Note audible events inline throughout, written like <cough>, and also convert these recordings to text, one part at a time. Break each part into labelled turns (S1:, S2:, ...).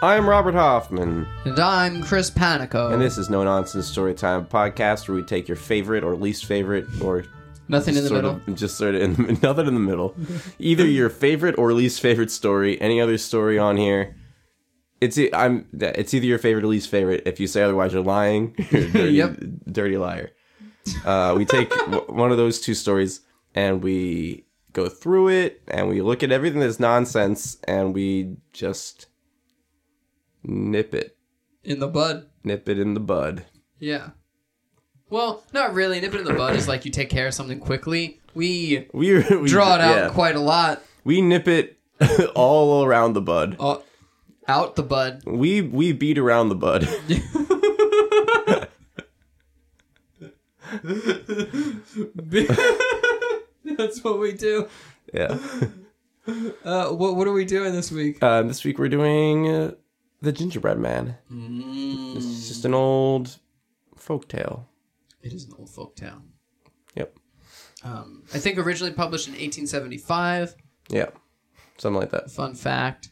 S1: I'm Robert Hoffman,
S2: And I'm Chris Panico.
S1: and this is No Nonsense Storytime podcast where we take your favorite or least favorite or
S2: Nothing in the
S1: sort
S2: middle.
S1: of just sort of in the, <laughs> nothing in the middle, either your favorite or least favorite story, any other story on here. It's e- I'm it's either your favorite or least favorite. If you say otherwise, you're lying. <laughs> You're a dirty,
S2: Yep.
S1: dirty liar. Uh, we
S2: <laughs>
S1: take w- one of those two stories and we go through it and we look at everything that's nonsense and we just nip it,
S2: In the bud.
S1: nip it in the bud.
S2: Yeah. Well, not really. Nip it in the bud is like you take care of something quickly. We
S1: We, <laughs> we
S2: draw it out
S1: yeah.
S2: quite a lot.
S1: We nip it <laughs> all around the bud.
S2: Uh, out
S1: <laughs>
S2: the bud.
S1: We we beat around the bud. <laughs>
S2: That's what we do.
S1: yeah.
S2: Uh, what What are we doing this week?
S1: Uh, this week we're doing uh, the Gingerbread Man.
S2: Mm.
S1: It's just an old folktale.
S2: It is an old folk town.
S1: Yep.
S2: Um, I think originally published in 1875.
S1: Yeah. Something like that.
S2: Fun fact.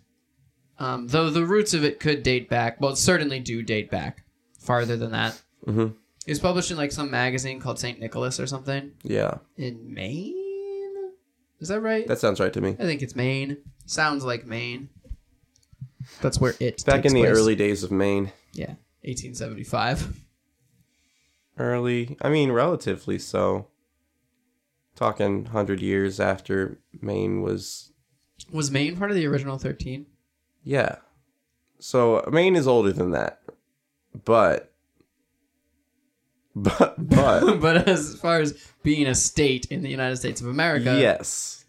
S2: Um, though the roots of it could date back, well, certainly do date back farther than that. Mm-hmm. It was published in like some magazine called St. Nicholas or something
S1: Yeah.
S2: in Maine. Is that right?
S1: That sounds right to me.
S2: I think it's Maine. Sounds like Maine. That's where it
S1: Back
S2: takes
S1: in the
S2: place.
S1: early days of Maine.
S2: yeah 1875.
S1: Early, I mean, relatively so. Talking 100 years after Maine was.
S2: Was Maine part of the original 13?
S1: Yeah. So Maine is older than that. But. <laughs> But. But.
S2: <laughs> but as far as being a state in the United States of America,
S1: yes.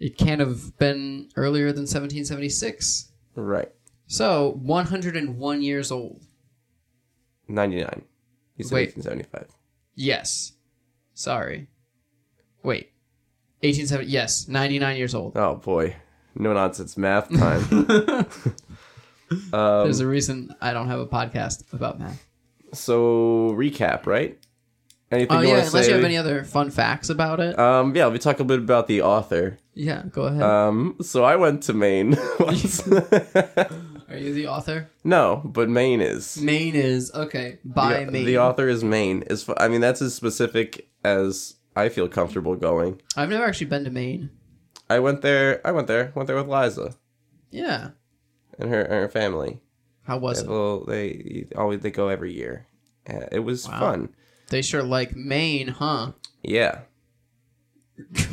S2: it can't have been earlier than 1776.
S1: Right.
S2: So 101 years old.
S1: 99. He said
S2: Wait.
S1: 1875.
S2: Yes. Sorry. Wait. 1870. Yes, 99 years old.
S1: Oh boy, no nonsense math
S2: <laughs>
S1: time. um,
S2: There's a reason I don't have a podcast about math.
S1: so recap, right? Anything
S2: Oh
S1: you
S2: yeah,
S1: want to
S2: unless
S1: say?
S2: you have any other fun facts about it.
S1: um, yeah, we talk a bit about the author.
S2: yeah, go ahead.
S1: Um, so I went to Maine <laughs>
S2: <laughs>
S1: once.
S2: Are you the author?
S1: no, but Maine is
S2: Maine is okay. By
S1: the,
S2: Maine,
S1: the author is Maine. Is fu- I mean that's as specific as I feel comfortable going.
S2: I've never actually been to Maine.
S1: I went there. I went there. Went there with Liza
S2: Yeah.
S1: and her and her family.
S2: How was it?
S1: Well, they always they go every year. Uh, It was
S2: Wow.
S1: fun.
S2: They sure like Maine, huh?
S1: Yeah.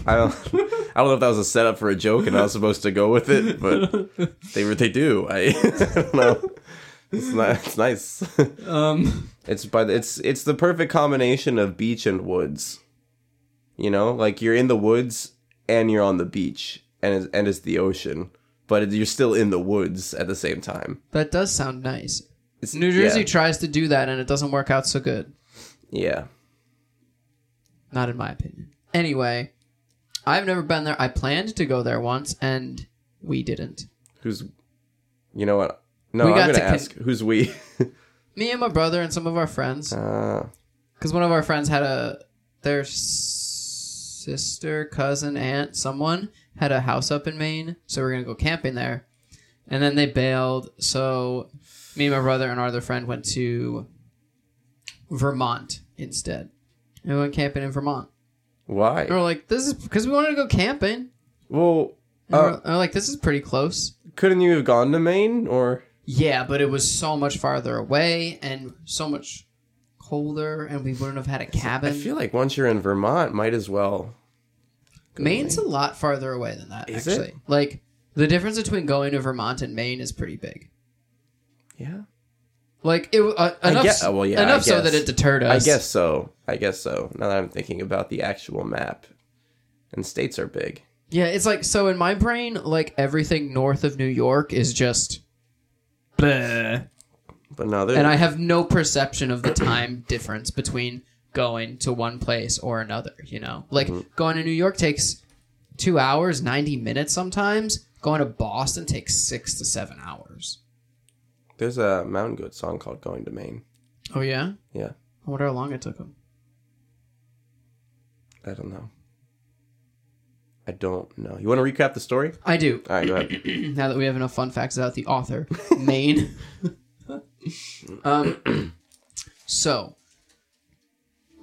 S1: I don't, I don't know if that was a setup for a joke and I was supposed to go with it, but they they do. I, <laughs> I don't know. It's, not, it's nice.
S2: Um.
S1: It's by the, it's it's the perfect combination of beach and woods. You know, like you're in the woods and you're on the beach and it's, and it's the ocean, but it- you're still in the woods at the same time.
S2: That does sound nice.
S1: It's
S2: New Jersey
S1: Yeah.
S2: tries to do that and it doesn't work out so good.
S1: yeah.
S2: Not in my opinion. Anyway, I've never been there. I planned to go there once and we didn't.
S1: Who's You know what? No,
S2: We
S1: I'm
S2: got
S1: going to
S2: to con-
S1: ask who's we. <laughs>
S2: Me and my brother and some of our friends,
S1: uh,
S2: because one of our friends had a their s- sister, cousin, aunt, someone had a house up in Maine, so we are gonna go camping there. And then they bailed, so me and my brother and our other friend went to Vermont instead. And we went camping in Vermont.
S1: why?
S2: And we're like, this is because we wanted to go camping.
S1: Well,
S2: And we're-
S1: Uh,
S2: and we're like, this is pretty close.
S1: couldn't you have gone to Maine or
S2: Yeah, but it was so much farther away and so much colder, and we wouldn't have had a cabin.
S1: I feel like once you're in Vermont, might as well. go to
S2: Maine's
S1: Maine.
S2: a lot farther away than that,
S1: Is it?
S2: actually. Like, the difference between going to Vermont and Maine is pretty big.
S1: yeah.
S2: Like, it uh,
S1: I
S2: enough,
S1: guess- oh, well, yeah, I
S2: enough so
S1: guess.
S2: that it deterred
S1: I
S2: us.
S1: guess so. I guess so. Now that I'm thinking about the actual map, and states are big.
S2: Yeah, it's like, so in my brain, like, everything north of New York is just. Bleh.
S1: But no, they're
S2: And I have no perception of the time difference between going to one place or another, you know? Like, going to New York takes two hours, 90 minutes sometimes. Going to Boston takes six to seven hours.
S1: there's a Mountain Goat song called "Going to Maine."
S2: Oh yeah.
S1: Yeah.
S2: I wonder how long it took him.
S1: I don't know. I don't know. You want to recap the story?
S2: I do.
S1: All right, go ahead.
S2: <clears throat> now that we have enough fun facts about the author, Maine. um, <clears throat> so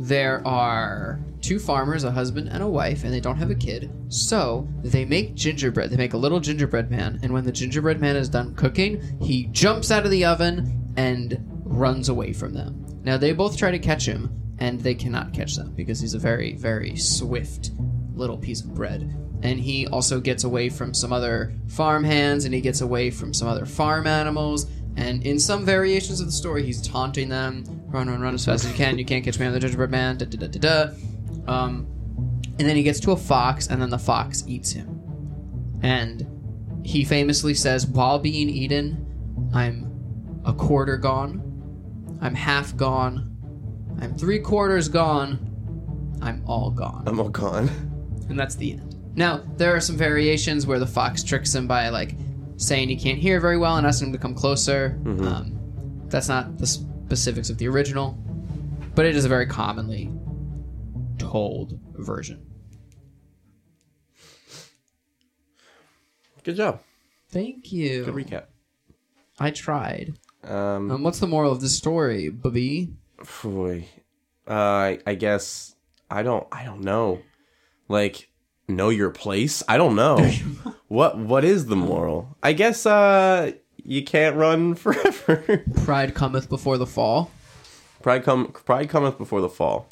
S2: there are two farmers, a husband and a wife, and they don't have a kid. So they make gingerbread. They make a little gingerbread man, and when the gingerbread man is done cooking, he jumps out of the oven and runs away from them. Now they both try to catch him, and they cannot catch them because he's a very, very swift little piece of bread. And he also gets away from some other farm hands, and he gets away from some other farm animals. And in some variations of the story, he's taunting them, run, run, run as fast as you can. You can't catch me on the gingerbread man. Da da da da da. Um, and then he gets to a fox, and then the fox eats him. And he famously says, "While being eaten, I'm a quarter gone, I'm half gone, I'm three quarters gone, I'm all gone."
S1: I'm all gone.
S2: and that's the end. Now, there are some variations where the fox tricks him by like saying he can't hear very well and asking him to come closer.
S1: Mm-hmm.
S2: Um, that's not the specifics of the original, but it is a very commonly told version.
S1: Good job.
S2: Thank you.
S1: Good recap.
S2: I tried.
S1: Um,
S2: Um, what's the moral of the story, Bubby?
S1: boy. Uh, I- I guess I don't. I don't know. Like, know your place. I don't
S2: <laughs>
S1: know. what What is the moral? I guess. Uh, you can't run <laughs> forever.
S2: Pride cometh before the fall.
S1: pride come. Pride cometh before the fall.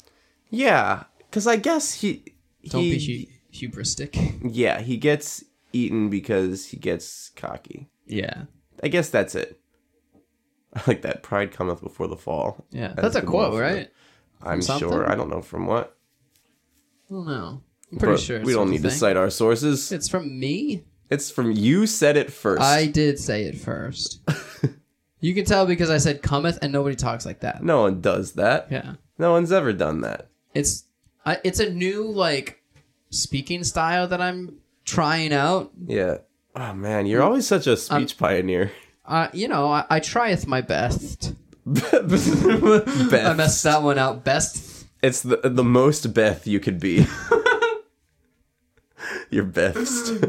S1: Yeah, because I guess he.
S2: Don't
S1: he,
S2: be hu-
S1: <laughs>
S2: hubristic.
S1: Yeah, he gets eaten because he gets cocky.
S2: Yeah.
S1: I guess that's it. <laughs> I like that. Pride cometh before the fall.
S2: Yeah.
S1: That
S2: That's
S1: is
S2: a
S1: the moral
S2: quote,
S1: for it.
S2: right?
S1: I'm
S2: something?
S1: sure. I don't know from what.
S2: I don't know. I'm pretty
S1: but
S2: sure. it's
S1: we don't
S2: from the
S1: need to
S2: thing.
S1: cite our sources.
S2: It's from me?
S1: It's from you said it first.
S2: I did say it first. <laughs> you can tell because I said cometh and nobody talks like that.
S1: No one does that.
S2: Yeah.
S1: No one's ever done that.
S2: It's I, it's a new like speaking style that I'm trying out.
S1: Yeah. Oh man,
S2: Mm.
S1: you're always such a speech pioneer. <laughs>
S2: Uh, you know, I, I trieth my best. I
S1: Beth.
S2: messed that one out. Best.
S1: It's the the most Beth you could be. <laughs> you're best.
S2: That's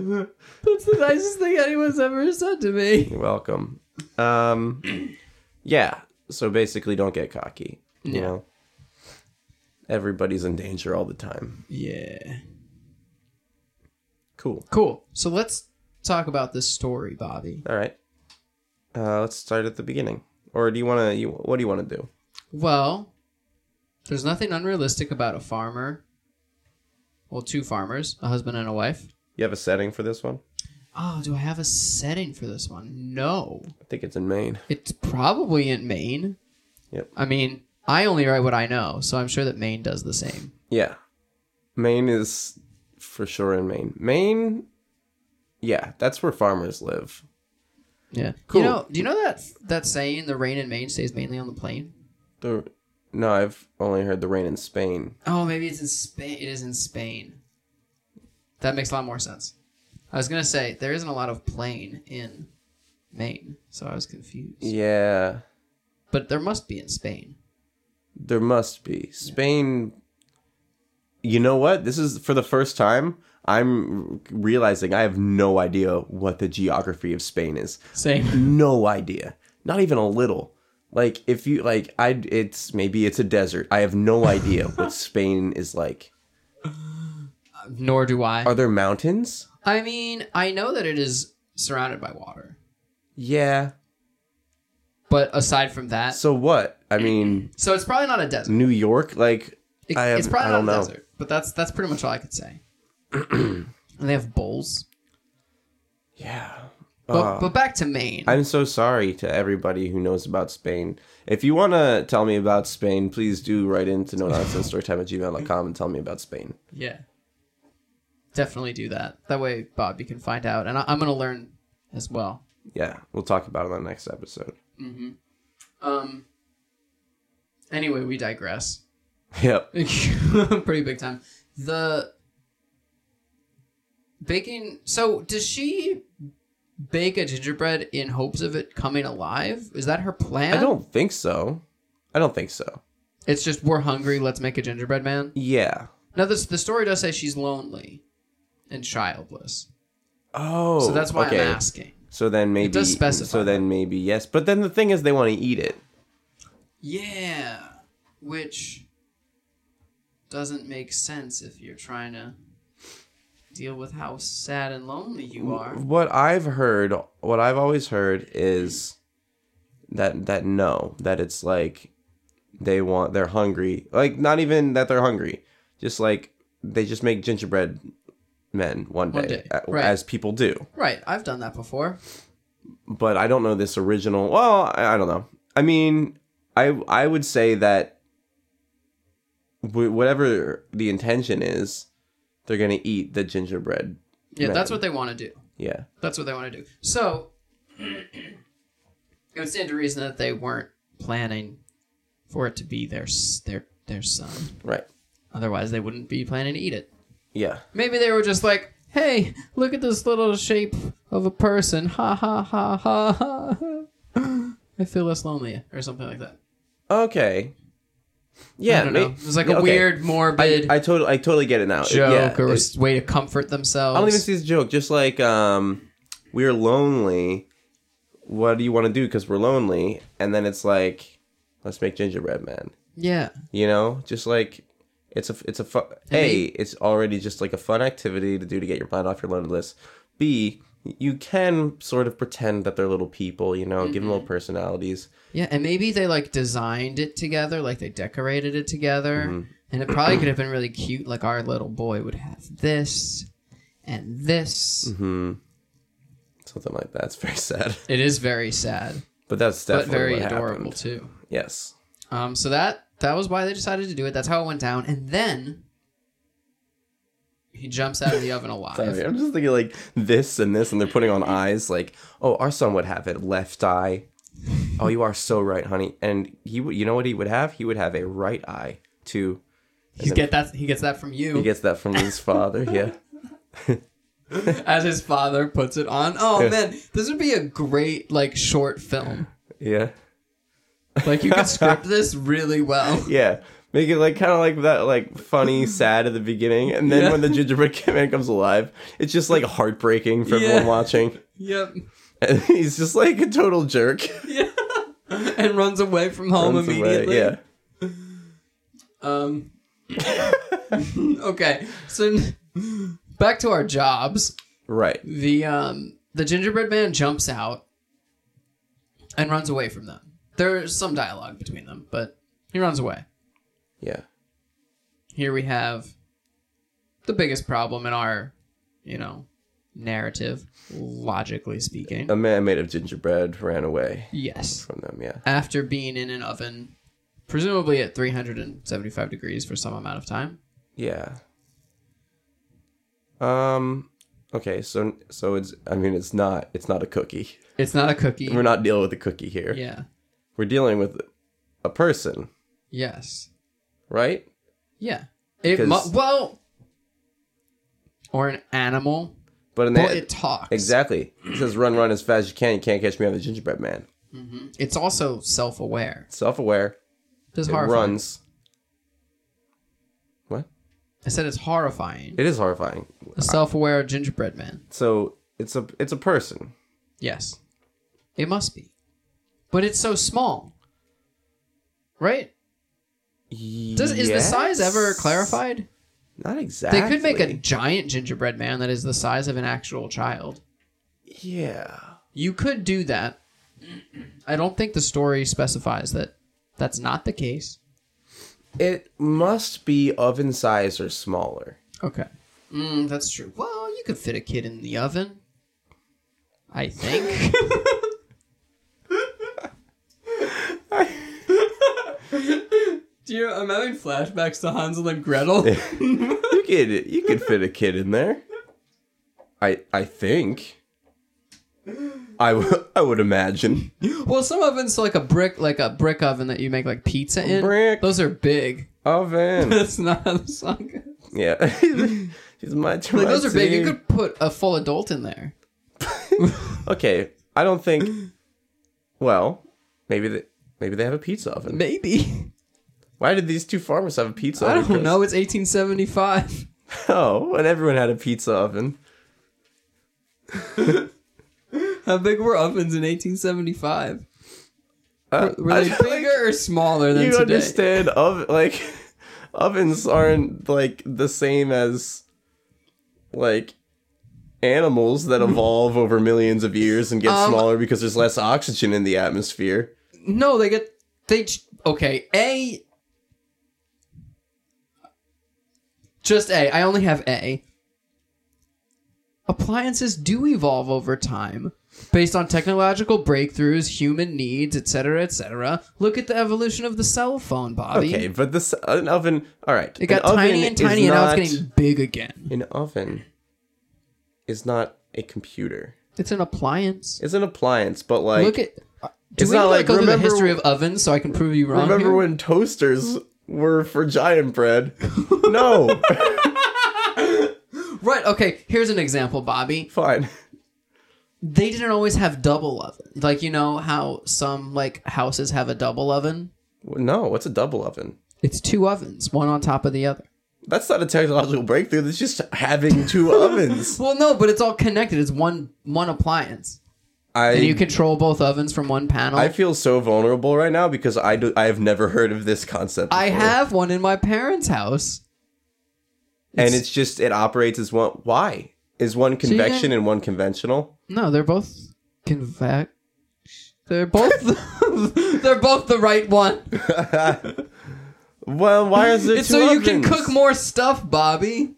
S2: the nicest thing anyone's ever said to me.
S1: You're welcome. Um, yeah. So basically, don't get cocky. You
S2: Yeah.
S1: know? Everybody's in danger all the time.
S2: Yeah.
S1: Cool.
S2: Cool. So let's talk about this story, Bobby.
S1: All right. Uh, let's start at the beginning. Or do you want to? You what do you want to do?
S2: Well, there's nothing unrealistic about a farmer. Well, two farmers, a husband and a wife.
S1: You have a setting for this one?
S2: Oh, do I have a setting for this one? No.
S1: I think it's in Maine.
S2: It's probably in Maine.
S1: Yep.
S2: I mean, I only write what I know, so I'm sure that Maine does the same.
S1: Yeah. Maine is for sure in Maine. Maine. Yeah, that's where farmers live.
S2: Yeah.
S1: Cool.
S2: You know, do you know that that saying the rain in Maine stays mainly on the plain?
S1: The no, I've only heard the rain in Spain.
S2: Oh, maybe it's in Spain. It is in Spain. That makes a lot more sense. I was going to say there isn't a lot of plain in Maine, so I was confused.
S1: Yeah,
S2: But there must be in Spain.
S1: There must be. Spain. You know what? This is for the first time I'm realizing I have no idea what the geography of Spain is.
S2: Same.
S1: No idea. Not even a little. Like if you like I it's maybe it's a desert. I have no idea
S2: <laughs>
S1: what Spain is like.
S2: Nor do I.
S1: Are there mountains?
S2: I mean, I know that it is surrounded by water.
S1: Yeah.
S2: But aside from that,
S1: So what? I mean,
S2: so it's probably not a desert.
S1: New York like
S2: It-
S1: Mm, I have,
S2: it's probably
S1: I don't
S2: not a
S1: know.
S2: desert. But that's that's pretty much all I
S1: <clears throat>
S2: could say. and they have bowls.
S1: Yeah.
S2: But
S1: Ah.
S2: but back to Maine.
S1: I'm so sorry to everybody who knows about Spain. If you want to tell me about Spain, please do write into no nonsense storytime at gmail.com and tell me about Spain.
S2: yeah. Definitely do that. That way Bobby can find out, and I, I'm gonna learn as well.
S1: Yeah, we'll talk about it on the next episode. <laughs>
S2: Um. Anyway, we digress. <laughs>
S1: Yep.
S2: pretty big time. The baking. So does she bake a gingerbread in hopes of it coming alive? Is that her plan?
S1: I don't think so. I don't think so.
S2: It's just we're hungry. Let's make a gingerbread man.
S1: Yeah.
S2: Now this the story does say she's lonely and childless,
S1: Oh.
S2: so that's why
S1: okay.
S2: I'm asking.
S1: So then maybe
S2: does specify
S1: so then maybe yes. But then the thing is they want to eat it.
S2: Yeah, which doesn't make sense if you're trying to deal with how sad and lonely
S1: Mm.
S2: you are.
S1: What I've heard, what I've always heard is that that no, that it's like they want they're hungry. Like not even that they're hungry. Just like they just make gingerbread men one day,
S2: One day,
S1: a-
S2: right.
S1: as people do.
S2: Right, I've done that before.
S1: But I don't know this original. Well, I, I don't know. I mean, I I would say that wh- whatever the intention is, they're going to eat the gingerbread.
S2: Yeah,
S1: Man.
S2: that's what they want to do.
S1: Yeah.
S2: That's what they want to do. So it would stand to reason that they weren't planning for it to be their s- their their son.
S1: Right.
S2: Otherwise, they wouldn't be planning to eat it.
S1: Yeah.
S2: Maybe they were just like, "Hey, look at this little shape of a person." Ha ha ha ha ha. I feel less lonely, or something like that.
S1: Okay. Yeah,
S2: I don't
S1: ma-
S2: know. It was like a
S1: yeah, okay.
S2: weird, morbid
S1: I totally, I totally get it now. It-
S2: joke
S1: yeah,
S2: or
S1: it-
S2: s way to comfort themselves.
S1: I don't even see this joke. Just like, um, we're lonely. What do you want to do? Because we're lonely, and then it's like, let's make gingerbread man.
S2: yeah,
S1: You know, just like it's a, it's a fun. A, it's already just like a fun activity to do to get your mind off your loneliness. B, you can sort of pretend that they're little people. You know,
S2: Mm-hmm.
S1: give them little personalities.
S2: yeah, and maybe they like designed it together, like they decorated it together,
S1: Mm-hmm.
S2: and it probably could have been really cute. Like our little boy would have this and this.
S1: Hmm. Something like that. It's very sad, <laughs>
S2: It is very sad,
S1: but that's
S2: but
S1: definitely
S2: very
S1: what
S2: adorable
S1: happened.
S2: too.
S1: Yes.
S2: Um, so that that was why they decided to do it. That's how it went down. And then he jumps out of the oven alive.
S1: Sorry, I'm just thinking like this and this, and they're putting on eyes like, oh, our son would have it left eye. Oh, you are so right, honey. And he, would, you know what he would have? He would have a right eye too.
S2: He get that he gets that from you
S1: He gets that from his father. <laughs> Yeah,
S2: as his father puts it on. Oh man, this would be a great like short film.
S1: yeah,
S2: Like you
S1: <laughs>
S2: could script this really well.
S1: yeah. Make it like kind of like that, like funny, sad at the beginning, and then
S2: Yeah. <laughs>
S1: when the gingerbread <laughs> Kid man comes alive, it's just like heartbreaking for
S2: Yeah.
S1: everyone watching. <laughs>
S2: Yep.
S1: And he's just like a total jerk.
S2: Yeah. and runs away from <laughs> home
S1: Runs away,
S2: immediately.
S1: Yeah.
S2: Um <laughs> Okay. So <laughs> back to our jobs.
S1: Right.
S2: the um the gingerbread man jumps out and runs away from them. There's some dialogue between them, but he runs away.
S1: Yeah.
S2: Here we have the biggest problem in our, you know, narrative, logically speaking.
S1: A man made of gingerbread ran away
S2: Yes.
S1: from them. Yeah.
S2: After being in an oven, presumably at 375 degrees for some amount of time.
S1: Yeah. Um. Okay. So so it's. I mean, it's not. It's not a cookie.
S2: It's not a cookie.
S1: We're not dealing with a cookie here.
S2: yeah.
S1: We're dealing with a person,
S2: Yes.
S1: right?
S2: Yeah. It mu-
S1: Because-
S2: well or an animal.
S1: But in
S2: Well,
S1: that
S2: it talks.
S1: exactly, it says run, run as fast as you can. You can't catch me. I'm the gingerbread man.
S2: It's also self-aware.
S1: Self-aware.
S2: This
S1: It
S2: horrifying.
S1: runs. What?
S2: I said it's horrifying.
S1: It is horrifying.
S2: A self-aware gingerbread man.
S1: So it's a it's a person.
S2: Yes, it must be, but it's so small, right? Does is the size ever
S1: Yes?
S2: clarified?
S1: Not exactly.
S2: They could make a giant gingerbread man that is the size of an actual child.
S1: yeah.
S2: You could do that. I don't think the story specifies that. That's not the case.
S1: It must be oven size or smaller.
S2: Okay. Mm, that's true. Well, you could fit a kid in the oven. I <laughs> think. Do you, I'm having flashbacks to Hansel and Gretel.
S1: You could you could fit a kid in there. I I think. I, w- I would imagine.
S2: <laughs> well, some ovens like a brick, like a brick oven that you make like pizza in.
S1: Brick.
S2: Those are big.
S1: Oven.
S2: <laughs> That's not. That's not good.
S1: Yeah. <laughs> She's my turn.
S2: Like those are big. You could put a full adult in there.
S1: Okay. I don't think well, maybe the Maybe they have a pizza oven.
S2: Maybe.
S1: Why did these two farmers have a pizza
S2: I
S1: oven?
S2: don't
S1: Chris?
S2: know. It's 1875.
S1: <laughs> Oh, and everyone had a pizza oven.
S2: <laughs> How big were ovens in 1875?
S1: Uh, <laughs>
S2: Were
S1: I
S2: they
S1: feel like
S2: bigger or smaller than
S1: you
S2: today?
S1: understand of like <laughs> ovens aren't like the same as like animals
S2: <laughs>
S1: that evolve over millions of years and get
S2: Um,
S1: smaller because there's less oxygen in the atmosphere.
S2: No, they get they ch- okay. A just A. I only have A. Appliances do evolve over time based on technological breakthroughs, human needs, etc., etc. Look at the evolution of the cell phone, Bobby.
S1: Okay, but this an oven. All right,
S2: It got
S1: an
S2: tiny
S1: oven
S2: and
S1: is
S2: tiny, and now
S1: not-
S2: it's getting big again.
S1: an oven is not a computer.
S2: It's an appliance.
S1: It's an appliance, but like
S2: Look at. uh, Do
S1: It's
S2: we
S1: not
S2: not, like
S1: like-
S2: go through the
S1: remember-
S2: history of ovens so I can prove you wrong?
S1: Remember
S2: here?
S1: when toasters were for giant bread? no.
S2: <laughs> right? Okay, here's an example, Bobby.
S1: Fine.
S2: They didn't always have double oven. Like you know how some like houses have a double oven.
S1: No, what's a double oven?
S2: It's two ovens, one on top of the other.
S1: That's not a technological breakthrough. That's just having
S2: <laughs>
S1: two ovens.
S2: Well, no, but it's all connected. It's one one appliance,
S1: I
S2: and you control both ovens from one panel.
S1: I
S2: i
S1: feel so vulnerable right now because I do I have never heard of this concept. before.
S2: have one in my parents' house.
S1: and it's just it operates as one. Why is one
S2: you
S1: convection
S2: can-
S1: and one conventional?
S2: No, they're both convex. They're both
S1: <laughs>
S2: they're both <laughs> the right one.
S1: Well, why is it?
S2: It's so you can cook more stuff, Bobby.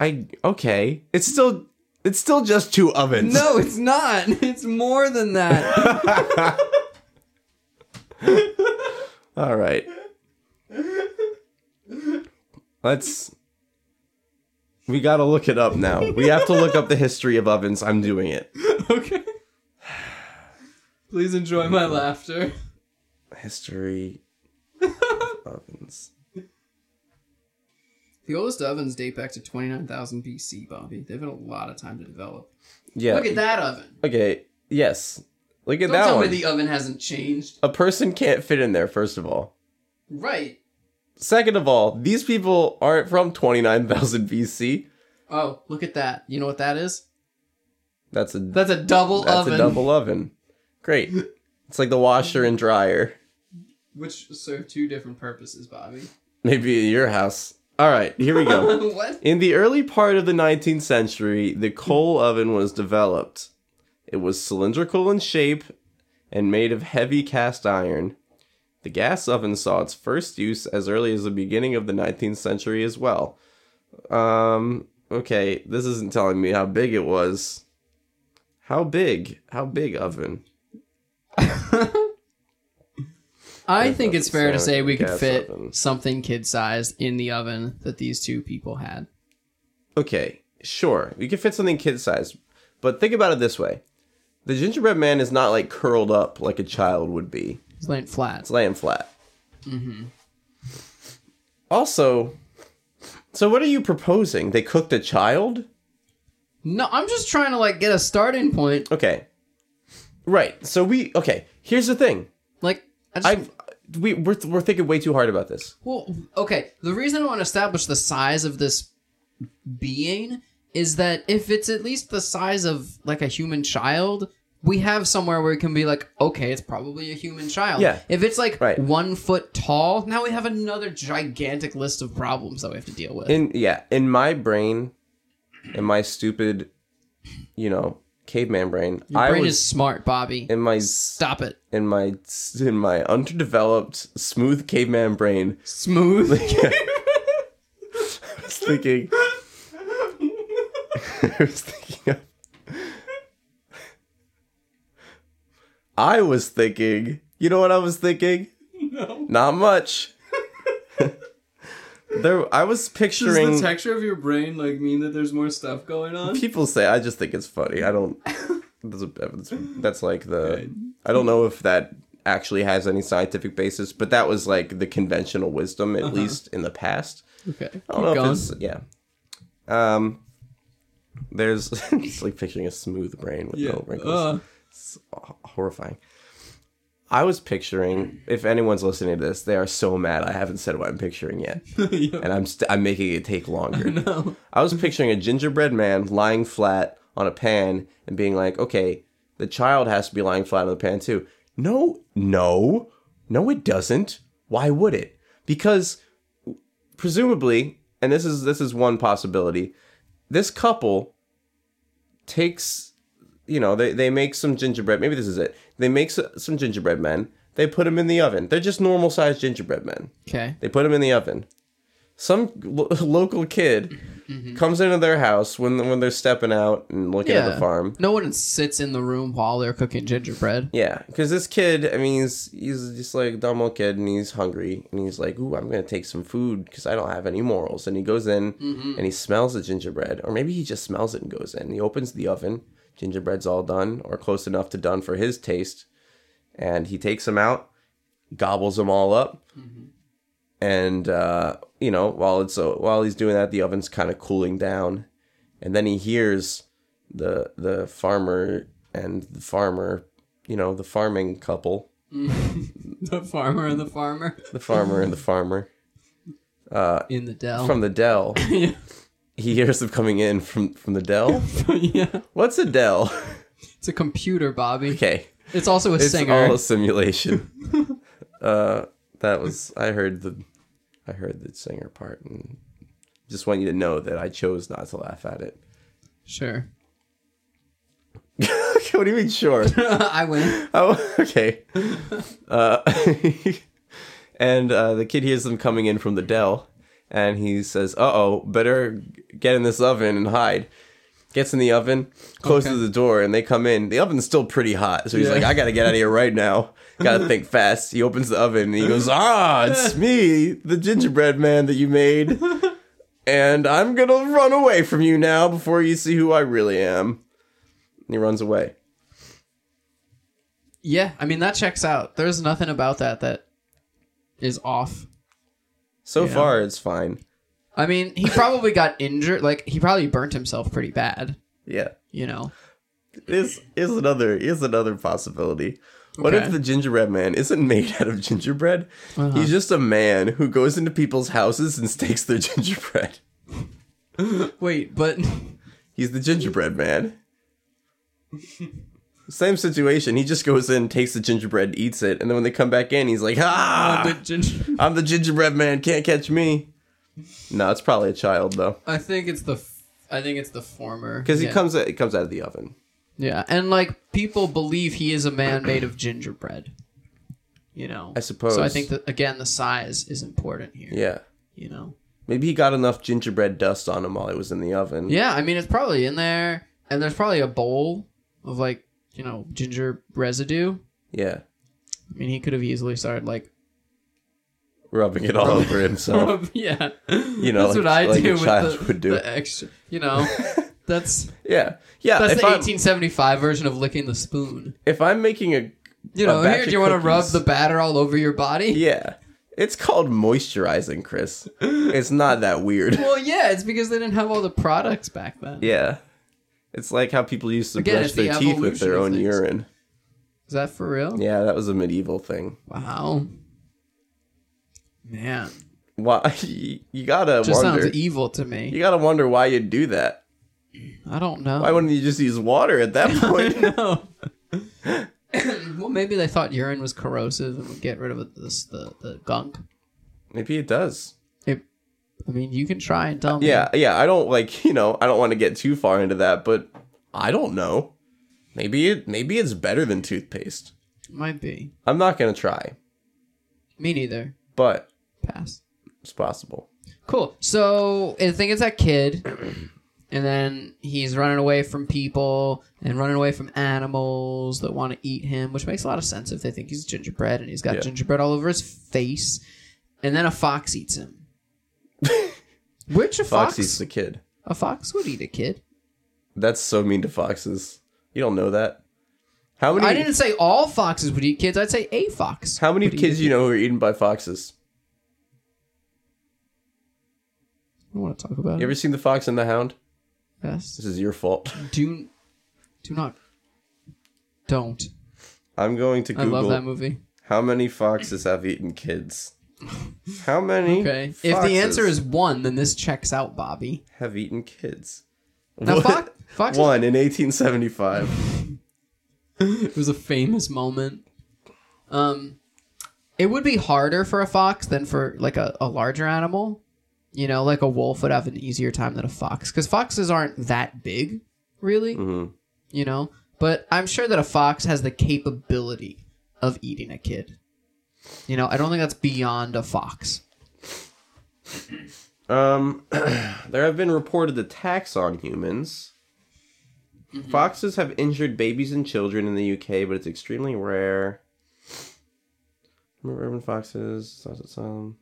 S1: I okay. It's still it's still just two ovens.
S2: No, it's not. <laughs> It's more than that.
S1: <laughs> All right. Let's. We gotta look it up now. We have to look up the history of ovens. I'm doing it.
S2: okay. Please enjoy my laughter.
S1: History of ovens.
S2: The oldest ovens date back to 29,000 BC, Bobby. They've had a lot of time to develop.
S1: Yeah.
S2: Look at that oven.
S1: Okay. Yes. Look at
S2: Don't
S1: that
S2: tell
S1: one.
S2: me the oven hasn't changed.
S1: A person can't fit in there. First of all.
S2: Right.
S1: Second of all, these people aren't from 29,000 BC.
S2: Oh, look at that. You know what that is?
S1: That's a
S2: That's a double
S1: that's
S2: oven.
S1: a double oven. Great. It's like the washer and dryer.
S2: Which serve two different purposes, Bobby.
S1: Maybe at your house. All right. Here we go.
S2: <laughs> what?
S1: In the early part of the 19th century, the coal oven was developed. It was cylindrical in shape and made of heavy cast iron. The gas oven saw its first use as early as the beginning of the 19th century as well. Um, okay, this isn't telling me how big it was. How big? How big oven?
S2: I think it's fair to
S1: sound
S2: say we could
S1: gas
S2: fit
S1: oven.
S2: something kid sized in the oven that these two people had.
S1: okay, sure, we can fit something kid sized, but think about it this way: the gingerbread man is not like curled up like a child would be.
S2: It's laying flat.
S1: It's laying flat.
S2: Mm-hmm.
S1: Also, so what are you proposing? They cooked a child?
S2: No, I'm just trying to like get a starting point.
S1: Okay, right. So we okay. Here's the thing.
S2: Like, I just,
S1: I we we're, we're thinking way too hard about this.
S2: well, okay. The reason I want to establish the size of this being is that if it's at least the size of like a human child, we have somewhere where it can be like, okay, it's probably a human child.
S1: Yeah.
S2: If it's like
S1: Right.
S2: one foot tall, now we have another gigantic list of problems that we have to deal with.
S1: In yeah, in my brain, in my stupid, you know, caveman brain, I
S2: Brain
S1: was
S2: is smart, Bobby.
S1: in my
S2: Stop it.
S1: in my in my underdeveloped smooth caveman brain <laughs>
S2: Smooth.
S1: I was thinking. I was thinking. Of, I was thinking. You know what I was thinking? No. Not much. <laughs> there, I was picturing.
S2: texture of your brain like mean that there's more stuff going on?
S1: people say I just think it's funny. I don't. That's, a, that's, that's like the. I don't know if that actually has any scientific basis, but that was like the conventional wisdom, at least in the past.
S2: Okay.
S1: I don't know if it's yeah. Um, <laughs>
S2: Uh,
S1: there's it's like picturing a smooth brain with no wrinkles. It's horrifying. I was picturing, if anyone's listening to this, they are so mad I haven't said what I'm picturing yet.
S2: yeah.
S1: And I'm, st- I'm making it take longer.
S2: No.
S1: I was picturing a gingerbread man lying flat on a pan and being like, okay, the child has to be lying flat on the pan too. No, no, no, it doesn't. Why would it? Because presumably, and this is this is one possibility, this couple takes you know, they, they make some gingerbread. Maybe this is it. They make s- some gingerbread men. They put them in the oven. They're just normal sized gingerbread men.
S2: Okay.
S1: They put them in the oven. Some lo- <laughs> local kid comes into their house when when they're stepping out and looking at
S2: Yeah.
S1: the farm.
S2: No one sits in the room while they're
S1: <laughs>
S2: cooking gingerbread.
S1: Yeah, because this kid, I mean, he's he's just like a dumb old kid, and he's hungry, and he's like, "Ooh, I'm gonna take some food because I don't have any morals." And he goes in and he smells the gingerbread, or maybe he just smells it and goes in. He opens the oven, gingerbread's all done or close enough to done for his taste, and he takes them out, gobbles them all up, and uh, you know while it's uh, while he's doing that, the oven's kind of cooling down, and then he hears the the farmer and the farmer, you know, the farming couple,
S2: The farmer and the farmer
S1: the farmer and the farmer
S2: in the dell.
S1: Uh, from the dell.
S2: <laughs> yeah.
S1: He hears them coming in from from the dell.
S2: yeah.
S1: What's a dell? <laughs>
S2: It's a computer, Bobby.
S1: Okay,
S2: It's also a
S1: it's
S2: singer.
S1: all a simulation. <laughs> uh, that was I heard the I heard the singer part and just want you to know that I chose not to laugh at it. <laughs>
S2: Sure. <laughs>
S1: what do you mean? Sure.
S2: I win.
S1: Oh, <laughs> okay. Uh, <laughs> and uh, the kid hears them coming in from the dell, and he says, "Uh oh, better get in this oven and hide." Gets in the oven, closes
S2: Okay.
S1: the door, and they come in. The oven's still pretty hot, so he's
S2: Yeah.
S1: like, "I gotta get out of here right now.
S2: <laughs>
S1: Gotta think fast." He opens the oven and he goes, "Ah, it's me, the gingerbread man that you made." And I'm gonna run away from you now before you see who I really am. And he runs away.
S2: Yeah, I mean that checks out. There's nothing about that that is off.
S1: So
S2: Yeah.
S1: far, it's fine.
S2: I mean,
S1: <laughs>
S2: he probably got injured. Like he probably burnt himself pretty bad.
S1: Yeah.
S2: You know.
S1: This is another is another possibility. What
S2: Okay.
S1: if the gingerbread man isn't made out of gingerbread?
S2: Uh-huh.
S1: He's just a man who goes into people's houses and stakes their <laughs> gingerbread.
S2: Wait, but <laughs>
S1: He's the gingerbread man. <laughs> Same situation. He just goes in, takes the gingerbread, eats it, and then when they come back in, he's like,
S2: the
S1: "Ah,
S2: ginger.
S1: I'm the gingerbread man. Can't catch me." No, it's probably a child though,
S2: I think it's the. f- I think it's the former.
S1: because he
S2: yeah.
S1: comes it comes out of the oven.
S2: Yeah, and like people believe he is a man made of gingerbread. You know.
S1: I suppose.
S2: So I think that again, the size is important here.
S1: Yeah,
S2: You know.
S1: maybe he got enough gingerbread dust on him while he was in the oven.
S2: Yeah, I mean it's probably in there, and there's probably a bowl of like you know ginger residue.
S1: yeah.
S2: I mean, he could have easily started like, <laughs>
S1: rubbing it all over himself.
S2: yeah,
S1: You know,
S2: that's
S1: like-
S2: what I
S1: like
S2: do
S1: a
S2: with
S1: child
S2: the,
S1: would do.
S2: the extra,
S1: <laughs>
S2: you know, that's
S1: yeah, yeah.
S2: that's
S1: if,
S2: the
S1: I'm,
S2: 1875 version of licking the spoon.
S1: if I'm making a,
S2: You
S1: a
S2: know,
S1: batch
S2: here
S1: of
S2: do you want to rub
S1: cookies-
S2: the batter all over your body?
S1: yeah, it's called moisturizing, Chris. It's not that weird. <laughs>
S2: Well, yeah, it's because they didn't have all the products back then.
S1: yeah, it's like how people used to
S2: Again,
S1: brush
S2: it's the
S1: their teeth with
S2: evolution
S1: their
S2: of
S1: own
S2: things.
S1: urine.
S2: Is that for real?
S1: Yeah, that was a medieval thing.
S2: Wow, man,
S1: Why <laughs> you, gotta
S2: just
S1: wonder?
S2: sounds e- evil to me.
S1: You gotta wonder why you'd do that.
S2: I don't know. <laughs>
S1: Why wouldn't you just use water at that point? <laughs>
S2: no. <coughs> well, maybe they thought urine was corrosive and would get rid of this, the the gunk.
S1: Maybe it does.
S2: It, I mean, you can try and tell me.
S1: Yeah, yeah. I don't like <laughs> you know. I don't want to get too far into that, but I don't know. Maybe it maybe it's better than toothpaste.
S2: might be.
S1: I'm not gonna try,
S2: Me neither.
S1: but
S2: Pass.
S1: it's possible.
S2: Cool. So I think it's that kid, <clears throat> and then he's running away from people and running away from animals that want to eat him, which makes a lot of sense if they think he's gingerbread and he's got
S1: Yeah.
S2: gingerbread all over his face, and then a fox eats him. <laughs> Which a
S1: Fox,
S2: fox?
S1: eats the kid.
S2: a fox would eat a kid.
S1: That's so mean to foxes. You don't know that. How many?
S2: I didn't say all foxes would eat kids. I'd say a fox.
S1: how many
S2: would eat
S1: kids
S2: a
S1: you
S2: kid.
S1: know who are eaten by foxes?
S2: I don't want to talk about.
S1: You
S2: it.
S1: ever seen the Fox and the Hound?
S2: Yes.
S1: This is your fault.
S2: Do, do not, don't.
S1: <laughs> I'm going to
S2: I love that
S1: Google
S2: movie.
S1: how many foxes have eaten kids. How many?
S2: Okay. If the answer
S1: foxes
S2: is one, then this checks out, Bobby.
S1: have eaten kids.
S2: Now,
S1: What?
S2: fox, foxes
S1: One in 1875.
S2: It was a famous moment. Um, it would be harder for a fox than for like a, a larger animal. You know, like a wolf would have an easier time than a fox because foxes aren't that big, really.
S1: Mhm.
S2: You know, but I'm sure that a fox has the capability of eating a kid. You know, I don't think that's beyond a fox.
S1: Um, <clears throat> there have been reported attacks on humans. Foxes have injured babies and children in the UK, but it's extremely rare. Remember urban foxes? Thoughts of some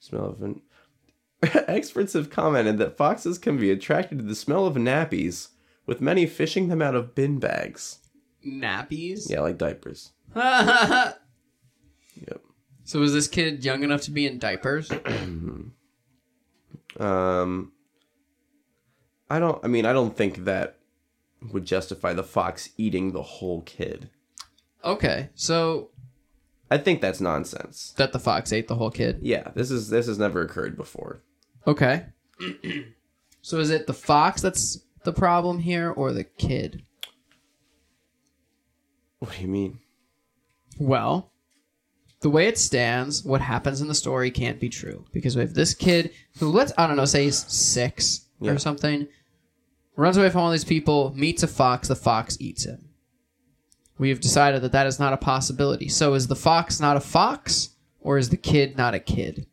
S1: smell of an. <laughs> Experts have commented that foxes can be attracted to the smell of nappies, with many fishing them out of bin bags.
S2: Nappies.
S1: Yeah, like diapers. Yep.
S2: so was this kid young enough to be in diapers?
S1: Um, I don't. I mean, I don't think that would justify the fox eating the whole kid.
S2: Okay, so
S1: I think that's nonsense.
S2: that the fox ate the whole kid.
S1: Yeah, this is this has never occurred before. <laughs>
S2: Okay. <clears throat> so is it the fox that's the problem here or the kid?
S1: What do you mean?
S2: Well, the way it stands, what happens in the story can't be true because we have this kid who let's I don't know say he's six
S1: Yeah.
S2: or something, runs away from all these people, meets a fox, the fox eats him. We have decided that that is not a possibility. So is the fox not a fox or is the kid not a kid?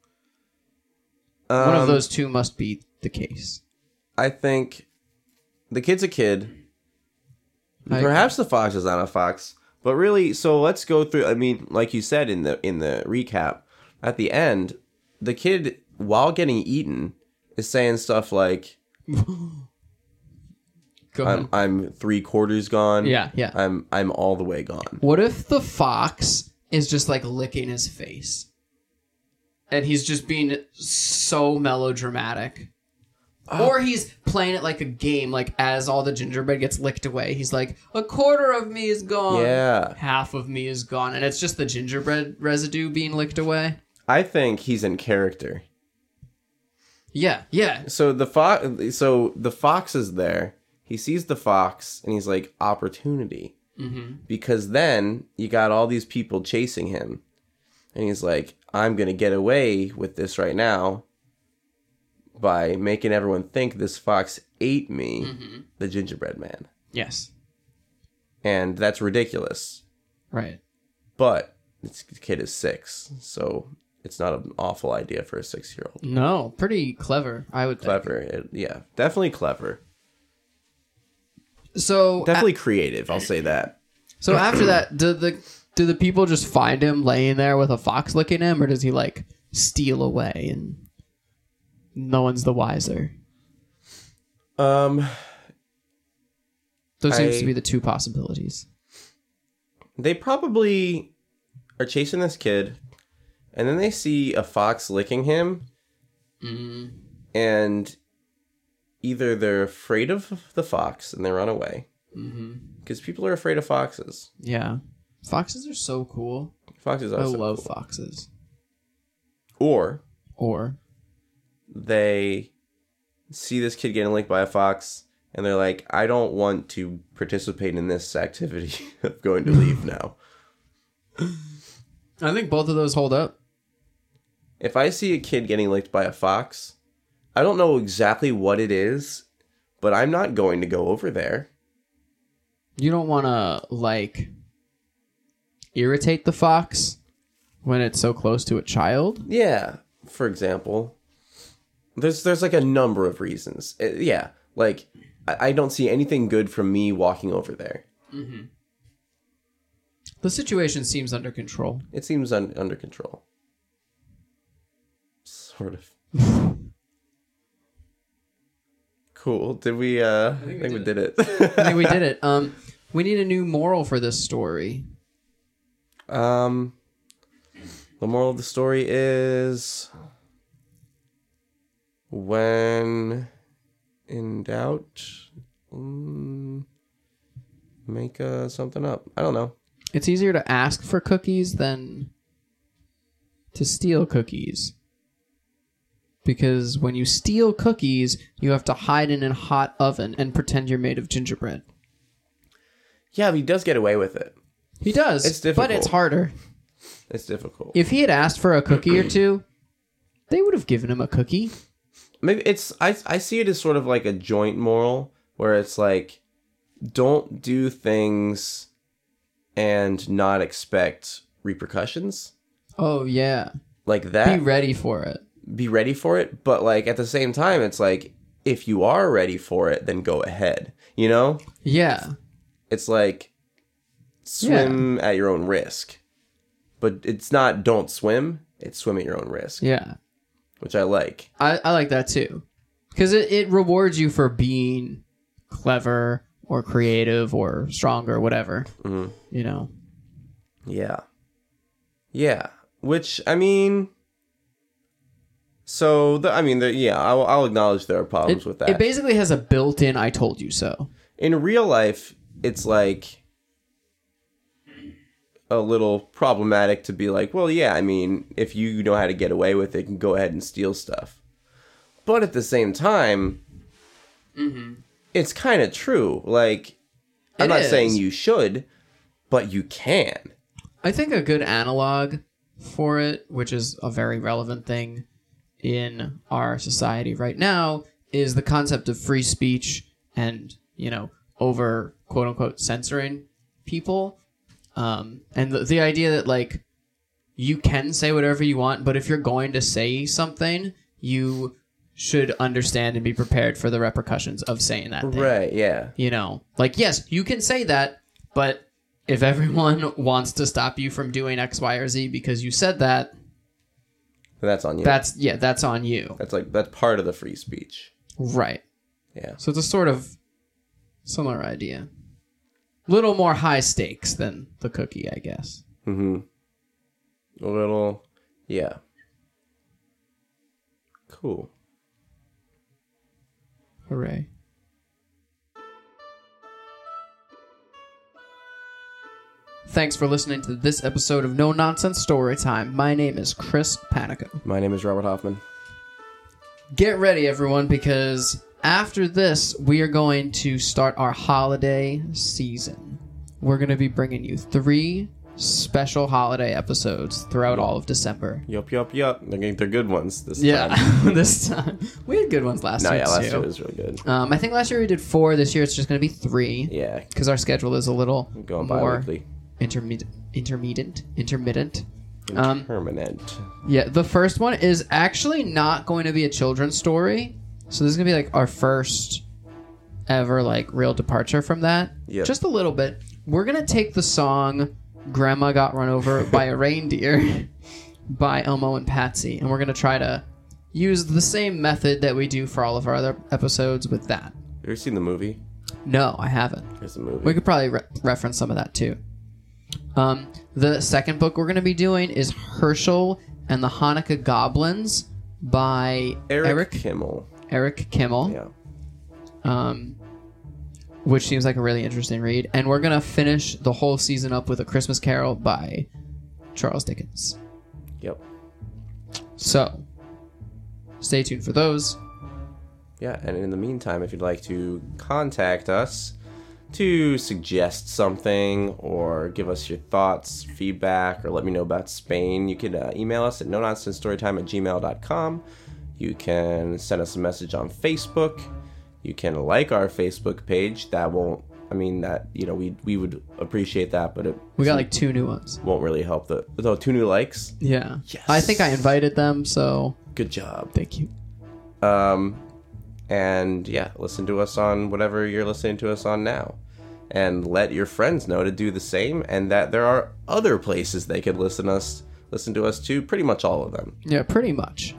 S1: Um,
S2: One of those two must be the case.
S1: I think the kid's a kid.
S2: I-
S1: Perhaps the fox is not a fox, but really. So let's go through. I mean, like you said in the in the recap at the end, the kid while getting eaten is saying stuff like,
S2: Go ahead.
S1: "I'm I'm three quarters gone.
S2: Mm-hmm. Yeah, yeah.
S1: I'm I'm all the way gone."
S2: What if the fox is just like licking his face? And he's just being so melodramatic.
S1: Oh.
S2: Or he's playing it like a game, like as all the gingerbread gets licked away, he's like, a quarter of me is gone.
S1: Yeah.
S2: Half of me is gone. And it's just the gingerbread residue being licked away.
S1: I think he's in character.
S2: Yeah, yeah.
S1: so the fox so the fox is there he sees the fox and he's like opportunity because then you got all these people chasing him and he's like i'm gonna get away with this right now by making everyone think this fox ate me the gingerbread man
S2: Yes.
S1: and that's ridiculous
S2: Right.
S1: but this kid is six so it's not an awful idea for a six year old
S2: No, pretty clever, I would think.
S1: clever it, yeah definitely clever
S2: So
S1: definitely creative i'll say that
S2: So after that, do the do the people just find him laying there with a fox licking him, or does he like steal away and no one's the wiser?
S1: Um,
S2: Those seems
S1: I-
S2: to be the two possibilities.
S1: they probably are chasing this kid, and then they see a fox licking him,
S2: Mm-hmm.
S1: and either they're afraid of the fox and they run away
S2: Mm-hmm.
S1: because people are afraid of foxes.
S2: Yeah, foxes are so cool.
S1: Foxes
S2: I
S1: are so
S2: love
S1: cool.
S2: foxes.
S1: Or
S2: Or
S1: they see this kid getting licked by a fox. And they're like, I don't want to participate in this activity. <laughs> I'm going to leave now.
S2: I think both of those hold up.
S1: if I see a kid getting licked by a fox, I don't know exactly what it is, but I'm not going to go over there.
S2: You don't want to like irritate the fox when it's so close to a child.
S1: Yeah, for example, there's there's like a number of reasons. Uh, yeah, like I, I don't see anything good from me walking over there.
S2: The situation seems under control.
S1: It seems un- under control. Sort of. <laughs> cool. Did we? uh I think, we, did it. <laughs>
S2: I think we did it. Um, we need a new moral for this story.
S1: Um, the moral of the story is when in doubt, mm, make uh, something up. I don't know.
S2: It's easier to ask for cookies than to steal cookies. Because when you steal cookies, you have to hide in a hot oven and pretend you're made of gingerbread.
S1: Yeah, but he does get away with it.
S2: He does.
S1: It's
S2: But it's
S1: difficult.
S2: harder.
S1: It's difficult.
S2: If he had asked for a cookie or two, they would have given him a cookie.
S1: Maybe it's I I see it as sort of like a joint moral where it's like don't do things and not expect repercussions.
S2: Oh, yeah.
S1: Like
S2: Be
S1: that
S2: ready for it.
S1: be ready for it, but like at the same time it's like if you are ready for it, then go ahead. You know?
S2: Yeah.
S1: It's like swim at your own risk. But it's not don't swim, it's swim at your own risk,
S2: Yeah.
S1: which I like.
S2: I, I like that too. Because it, it rewards you for being clever or creative or strong or whatever.
S1: Mhm.
S2: You know?
S1: Yeah. Yeah. Which I mean so the, I mean the, yeah, I'll, I'll acknowledge there are problems
S2: It,
S1: with
S2: it
S1: that.
S2: basically has a built in I told you so.
S1: In real life, it's like a little problematic to be like, well, yeah, I mean, if you know how to get away with it, you can go ahead and steal stuff. But at the same time, it's kind of true. Like, I'm
S2: It
S1: not
S2: is.
S1: saying you should, but you can.
S2: I think a good analog for it, which is a very relevant thing in our society right now, is the concept of free speech and, you know, over quote unquote censoring people. Um, and the, the idea that, like, you can say whatever you want, but if you're going to say something, you should understand and be prepared for the repercussions of saying that thing
S1: Right, yeah.
S2: you know like yes you can say that but if everyone <laughs> wants to stop you from doing x y or z because you said that
S1: That's on you.
S2: that's yeah that's on you
S1: That's like that's part of the free speech.
S2: right
S1: Yeah.
S2: so it's a sort of similar idea little more high stakes than the cookie i guess
S1: Mm-hmm. A little yeah. Cool.
S2: hooray Thanks for listening to this episode of No Nonsense Storytime. My name is Chris Panico.
S1: My name is Robert Hoffman.
S2: get ready everyone because after this we are going to start our holiday season we're going to be bringing you three special holiday episodes throughout all of december
S1: Yup, yup, yup. They're, they're good ones this
S2: yeah
S1: time.
S2: <laughs> this time we had good ones last
S1: No,
S2: year
S1: yeah, last
S2: too
S1: year was really good.
S2: um, i think last year we did four this year it's just going to be three
S1: Yeah,
S2: because our schedule is a little
S1: going
S2: more
S1: bi-weekly.
S2: intermittent intermittent intermittent Um,
S1: Permanent.
S2: Yeah, the first one is actually not going to be a children's story. So this is gonna be like our first ever like real departure from that.
S1: Yep.
S2: Just a little bit. We're gonna take the song Grandma Got Run Over by a Reindeer by Elmo and Patsy, and we're gonna try to use the same method that we do for all of our other episodes with that.
S1: You ever seen the movie?
S2: No, I haven't.
S1: There's a movie.
S2: We could probably re- reference some of that too. Um, the second book we're going to be doing is Herschel and the Hanukkah Goblins by
S1: Eric,
S2: Eric Oh. Eric,
S1: Kimmel.
S2: Kimmel,
S1: Yeah.
S2: um, which seems like a really interesting read. And we're going to finish the whole season up with A Christmas Carol by Charles Dickens.
S1: Yep.
S2: So stay tuned for those.
S1: Yeah, and in the meantime, if you'd like to contact us to suggest something or give us your thoughts, feedback, or let me know about Spain, you could uh, email us at no nonsense storytime at gmail.com. You can send us a message on Facebook. You can like our Facebook page. That won't, I mean, that, you know, we, we would appreciate that, but it
S2: We got like two new ones.
S1: won't really help. The, though, two new likes.
S2: Yeah.
S1: Yes.
S2: I think I invited them, so
S1: Good job.
S2: thank you.
S1: Um, and yeah, listen to us on whatever you're listening to us on now. And let your friends know to do the same and that there are other places they could listen us listen to us to, pretty much all of them.
S2: Yeah, pretty much.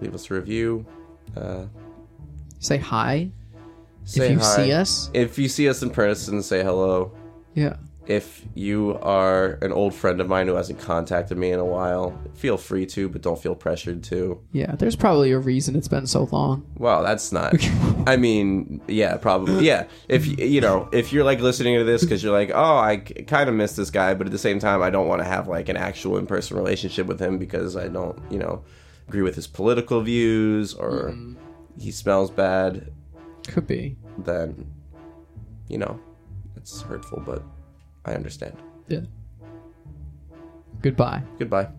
S1: Leave us a review. Uh,
S2: Say hi
S1: say
S2: if you
S1: hi.
S2: see us.
S1: If you see us in person, say hello.
S2: Yeah.
S1: if you are an old friend of mine who hasn't contacted me in a while, feel free to, but don't feel pressured to.
S2: Yeah, there's probably a reason it's been so long.
S1: Well, that's not. I mean, yeah, probably. Yeah, if y- you know, if you're like listening to this because you're like, oh, I kind of miss this guy, but at the same time, I don't want to have like an actual in person relationship with him because I don't, you know, agree with his political views or he smells bad.
S2: Could be.
S1: Then, you know, it's hurtful, but I understand.
S2: Yeah. Goodbye.
S1: Goodbye.